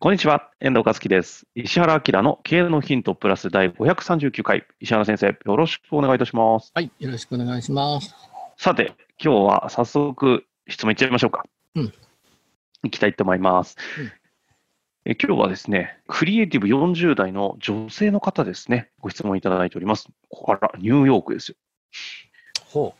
こんにちは、遠藤和樹です。石原明の経営のヒントプラス第539回、石原先生、よろしくお願いいたします。はい、よろしくお願いします。さて、今日は早速質問いっちゃいましょうか。うん。いきたいと思います。うんえ今日はですね、クリエイティブ40代の女性の方ですね、ご質問いただいております。ここからニューヨークですよ。ほ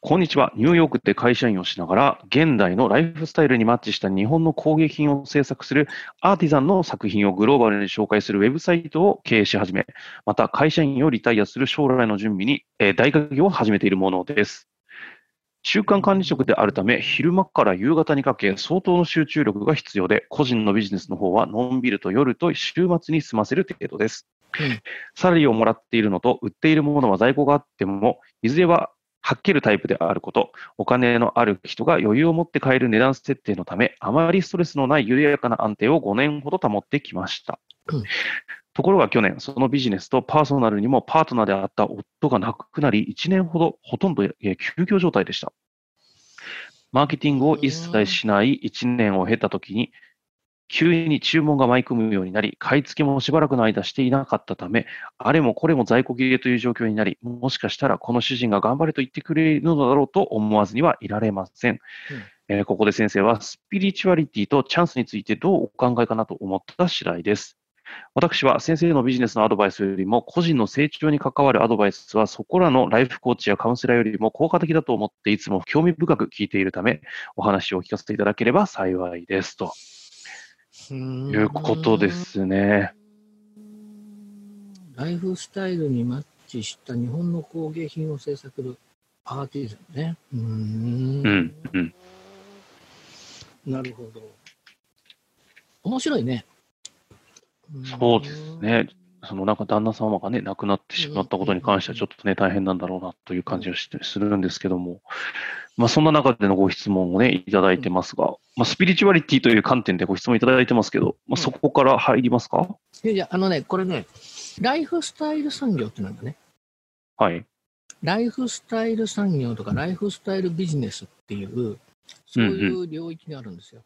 こんにちは。ニューヨークで会社員をしながら、現代のライフスタイルにマッチした日本の工芸品を制作するアーティザンの作品をグローバルに紹介するウェブサイトを経営し始め、また会社員をリタイアする将来の準備に、えー大学業を始めているものです。中間管理職であるため、昼間から夕方にかけ相当の集中力が必要で、個人のビジネスの方はのんびりと夜と週末に済ませる程度です。うんサラリーをもらっているのと、売っているものは在庫があっても、いずれははっきるタイプであること、お金のある人が余裕を持って買える値段設定のため、あまりストレスのない緩やかな安定を5年ほど保ってきました。うんところが去年、そのビジネスとパーソナルにもパートナーであった夫が亡くなり、1年ほどほとんどえー休業状態でした。マーケティングを一切しない1年を経たときに、急に注文が舞い込むようになり、買い付けもしばらくの間していなかったため、あれもこれも在庫切れという状況になり、もしかしたらこの主人が頑張れと言ってくれるのだろうと思わずにはいられません。えーここで先生はスピリチュアリティとチャンスについてどうお考えかなと思った次第です。私は先生のビジネスのアドバイスよりも個人の成長に関わるアドバイスはそこらのライフコーチやカウンセラーよりも効果的だと思っていつも興味深く聞いているためお話をお聞かせていただければ幸いですとう。いうことで。すね。ライフスタイルにマッチした日本の工芸品を制作するアーティズンね。うーんうん、うん、なるほど。面白いね。んそうですね。そのなんか旦那様がね、亡くなってしまったことに関しては、ちょっとね、大変なんだろうなという感じがしてするんですけども、まあ、そんな中でのご質問をね、いただいてますが、まあ、スピリチュアリティという観点でご質問いただいてますけど、まあ、そこから入りますか、いやいや、あのね、これね、ライフスタイル産業ってなんだね。はい。ライフスタイル産業とかライフスタイルビジネスっていう、そういう領域があるんですよ。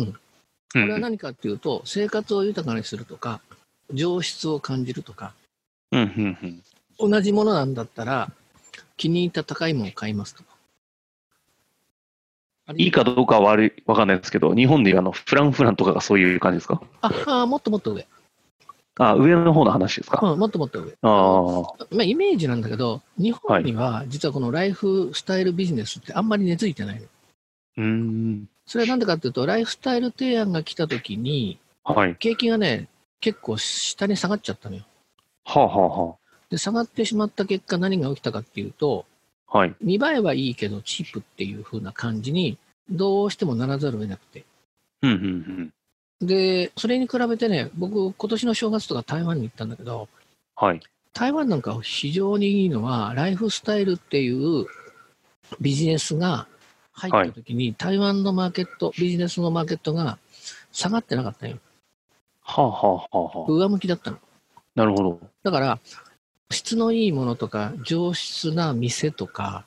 うこれはん、何かっていうと、生活を豊かにするとか、上質を感じるとか、うん、うん、同じものなんだったら、気に入った高いものを買いますとか。あるいいいかどうかは悪いわかんないですけど、日本でいうあのフランフランとかがそういう感じですかああ、もっともっと上。あ、上の方の話ですか、うん、もっともっと上。ああ、まあ、イメージなんだけど、日本には、実はこのライフスタイルビジネスってあんまり根付いてないの。うーん、それはなんでかっていうと、ライフスタイル提案が来た時に、はい。景気がね、結構下に下がっちゃったのよ。はあ、はあ、はで、下がってしまった結果、何が起きたかっていうと、あ、はい。見栄えはいいけどチープっていう風な感じにどうしてもならざるを得なくて。うん、うん、うん。で、それに比べてね、僕、今年の正月とか台湾に行ったんだけど、はい。台湾なんか非常にいいのは、ライフスタイルっていうビジネスが入った時に、台湾のマーケット、ビジネスのマーケットが下がってなかったよ。はあ、はあ、はあ、はあ。上向きだったの。なるほど。だから、質のいいものとか、上質な店とか、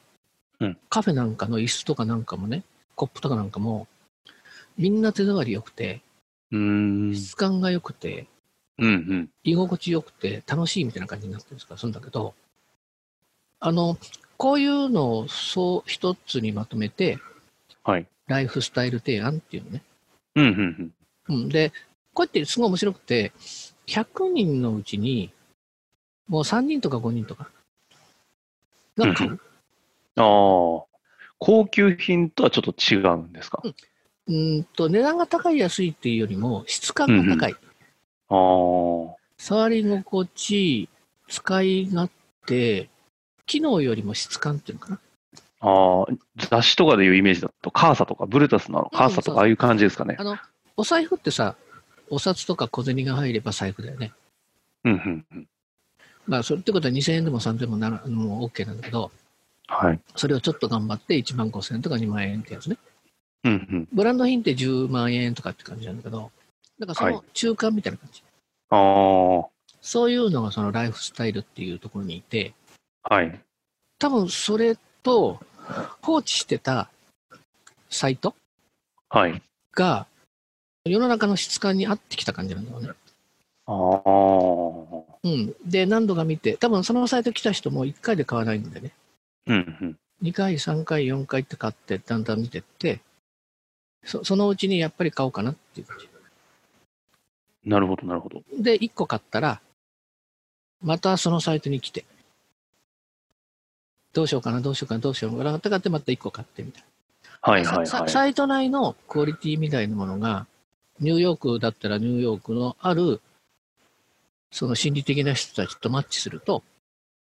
うんカフェなんかの椅子とかなんかもね、コップとかなんかも、みんな手触り良くて、うーん。質感が良くて、うんうん。居心地良くて、楽しいみたいな感じになってるんですから、するんだけど、あの、こういうのをそう一つにまとめて、はい。ライフスタイル提案っていうのね。うんうんうん、で、こうやってすごい面白くて、 100人のうちに、もう3人とか5人とかが買う。ああ。高級品とはちょっと違うんですか。うーんと、値段が高い安いっていうよりも、質感が高い。ああ。触り心地いい、使い勝手、機能よりも質感っていうのかな。ああ、雑誌とかでいうイメージだと、カーサとかブルタスなの、カーサとそうそうかああいう感じですかねあ。の、お財布ってさ、お札とか小銭が入れば財布だよね。うんうんうん。まあ、それってことは2000円でも3000円もならもう OK なんだけど、はい。それをちょっと頑張って1万5000円とか2万円ってやつね。うんうん。ブランド品って10万円とかって感じなんだけど、だからそはの中間みたいな感じ。ああ。そういうのがそのライフスタイルっていうところにいて、はい。多分それと放置してたサイトはい。が世の中の質感に合ってきた感じなんだろうね。ああ。うん。で、何度か見て、多分そのサイト来た人も1回で買わないんでね。うんうん。 2回、3回、4回って買って、だんだん見てって、そそのうちにやっぱり買おうかなっていう感じ。なるほど、なるほど。で、1個買ったら、またそのサイトに来て、どうしようかな、どうしようかな、どうしようかなって買って、また1個買ってみたいはいな、はいはささい。サイト内のクオリティみたいなものが、ニューヨークだったらニューヨークのある、その心理的な人たちとマッチすると、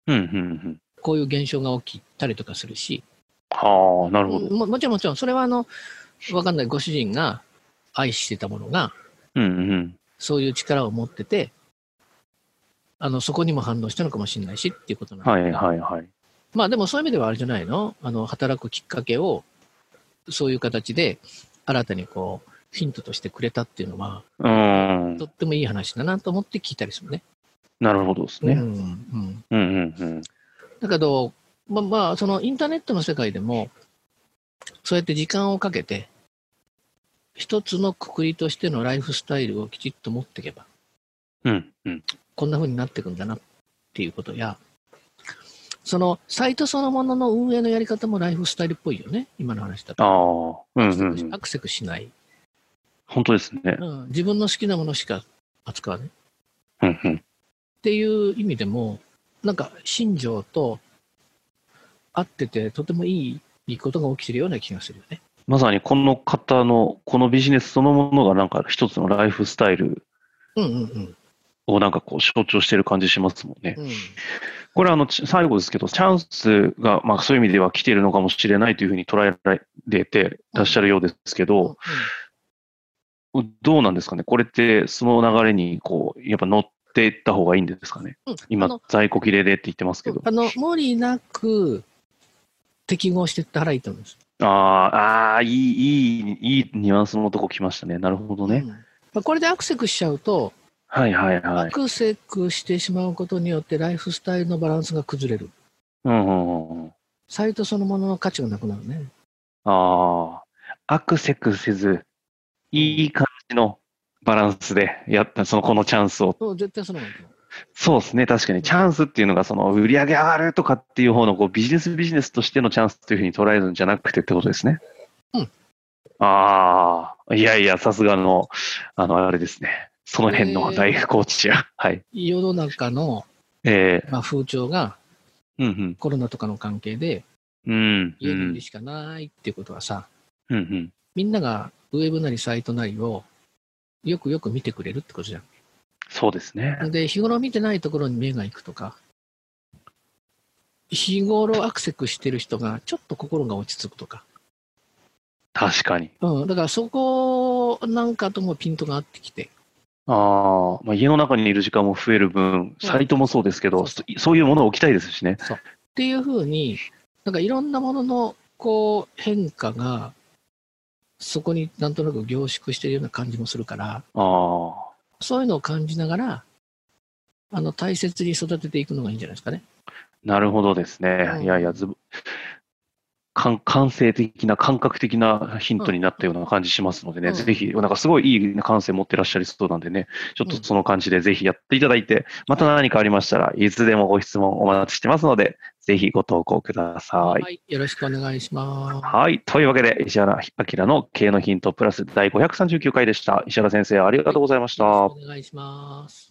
うんうんうん。こういう現象が起きたりとかするし、はあ、なるほど。ももちろんもちろん、それはあの、わかんないご主人が愛してたものが、うんうん。そういう力を持ってて、あの、そこにも反応したのかもしれないしっていうことなんだけどはいはいはい。まあでもそういう意味ではあれじゃないのあの、働くきっかけを、そういう形で新たにこう、ヒントとしてくれたっていうのは、うーんと。ってもいい話だなと思って聞いたりするね。なるほどですうんね。うん。うんうんうん。だけど、まあまあ、そのインターネットの世界でも、そうやって時間をかけて、一つのくくりとしてのライフスタイルをきちっと持っていけば、うんうん。こんな風になっていくんだなっていうことや、そのサイトそのものの運営のやり方もライフスタイルっぽいよね、今の話だと。ああ。うんうんうんア。クセスしない、本当ですね。うん自分の好きなものしか扱わないっうんうん。ていう意味でも、なんか、心情と合ってて、とてもいいことが起きてるような気がするよね。まさにこの方の、このビジネスそのものがなんか一つのライフスタイルうんうんをなんかこう象徴してる感じしますもんね。うん。うん、これはあの、ち最後ですけど、チャンスが、まあそういう意味では来ているのかもしれないというふうに捉えられてらっしゃるようですけど、どうなんですかねこれってその流れにこう、やっぱ乗っていった方がいいんですかねうんあ今の、在庫切れでって言ってますけど。あの無理なく適合していったらいいと思うんです。ああ、ああ、いい、いい、いいニュアンスのとこ来ましたね。なるほどね。うんまあ、これでアクセスしちゃうと、はいはいアはい。クセスしてしまうことによってライフスタイルのバランスが崩れる。うんうんうんうん。サイトそのものの価値がなくなるね。ああ、アクセクせず、いい感じのバランスでやった、そのこのチャンスを。そう絶対そのままいいと思うそうですね、確かにチャンスっていうのが、その売り上げ上がるとかっていう方のこうビジネスビジネスとしてのチャンスというふうに捉えるんじゃなくてってことですね。うん。ああ、いやいや、さすがの、あの、あれですね。その辺のえーライフコーチや。はい。世の中の、えまあ、風潮がー、うんコロナとかの関係でうん。うん。う家にいるんしかないっていうことはさ、うんうん。みんながウェブなりサイトなりをよくよく見てくれるってことじゃそうですね。ん。で、日頃見てないところに目が行くとか、日頃アクセスしてる人がちょっと心が落ち着くとか、確かに。うん、だからそこなんかともピントが合ってきて、ああ、まあ、家の中にいる時間も増える分、サイトもそうですけど、そそういうものを置きたいですしね。っていうふうに、なんかいろんなもののこう変化が、そこになんとなく凝縮してるような感じもするから、ああ。そういうのを感じながら、あの大切に育てていくのがいいんじゃないですかね。なるほどですね。うんいやいや、ずぶ感感性的な、感覚的なヒントになったような感じしますのでね、うんぜひ、なんかすごいいい感性持ってらっしゃりそうなんでね、ちょっとその感じでぜひやっていただいて、また何かありましたらいつでもご質問お待ちしてますので、ぜひご投稿ください。はい、よろしくお願いします。はい。というわけで、石原明の経営のヒントプラス第539回でした。石原先生、ありがとうございました。よろしくお願いします。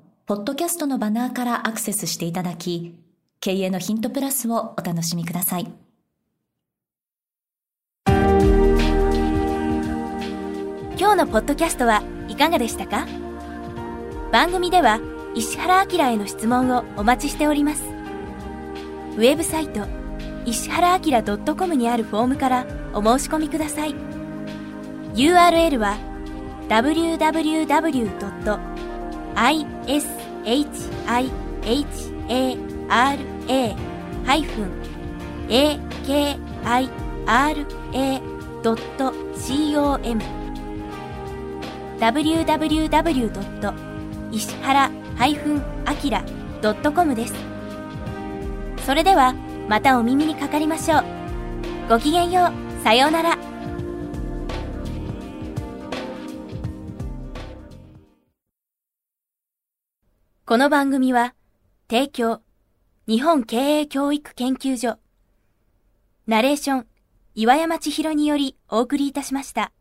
ポッドキャストのバナーからアクセスしていただき、経営のヒントプラスをお楽しみください。今日のポッドキャストはいかがでしたか番組では石原明への質問をお待ちしておりますウェブサイト石原明 .com にあるフォームからお申し込みください URL は www.ishihara-akira.com www. 石原 -akira.com です。それでは、またお耳にかかりましょう。ごきげんよう。さようなら。この番組は、提供、日本経営教育研究所、ナレーション、岩山千尋によりお送りいたしました。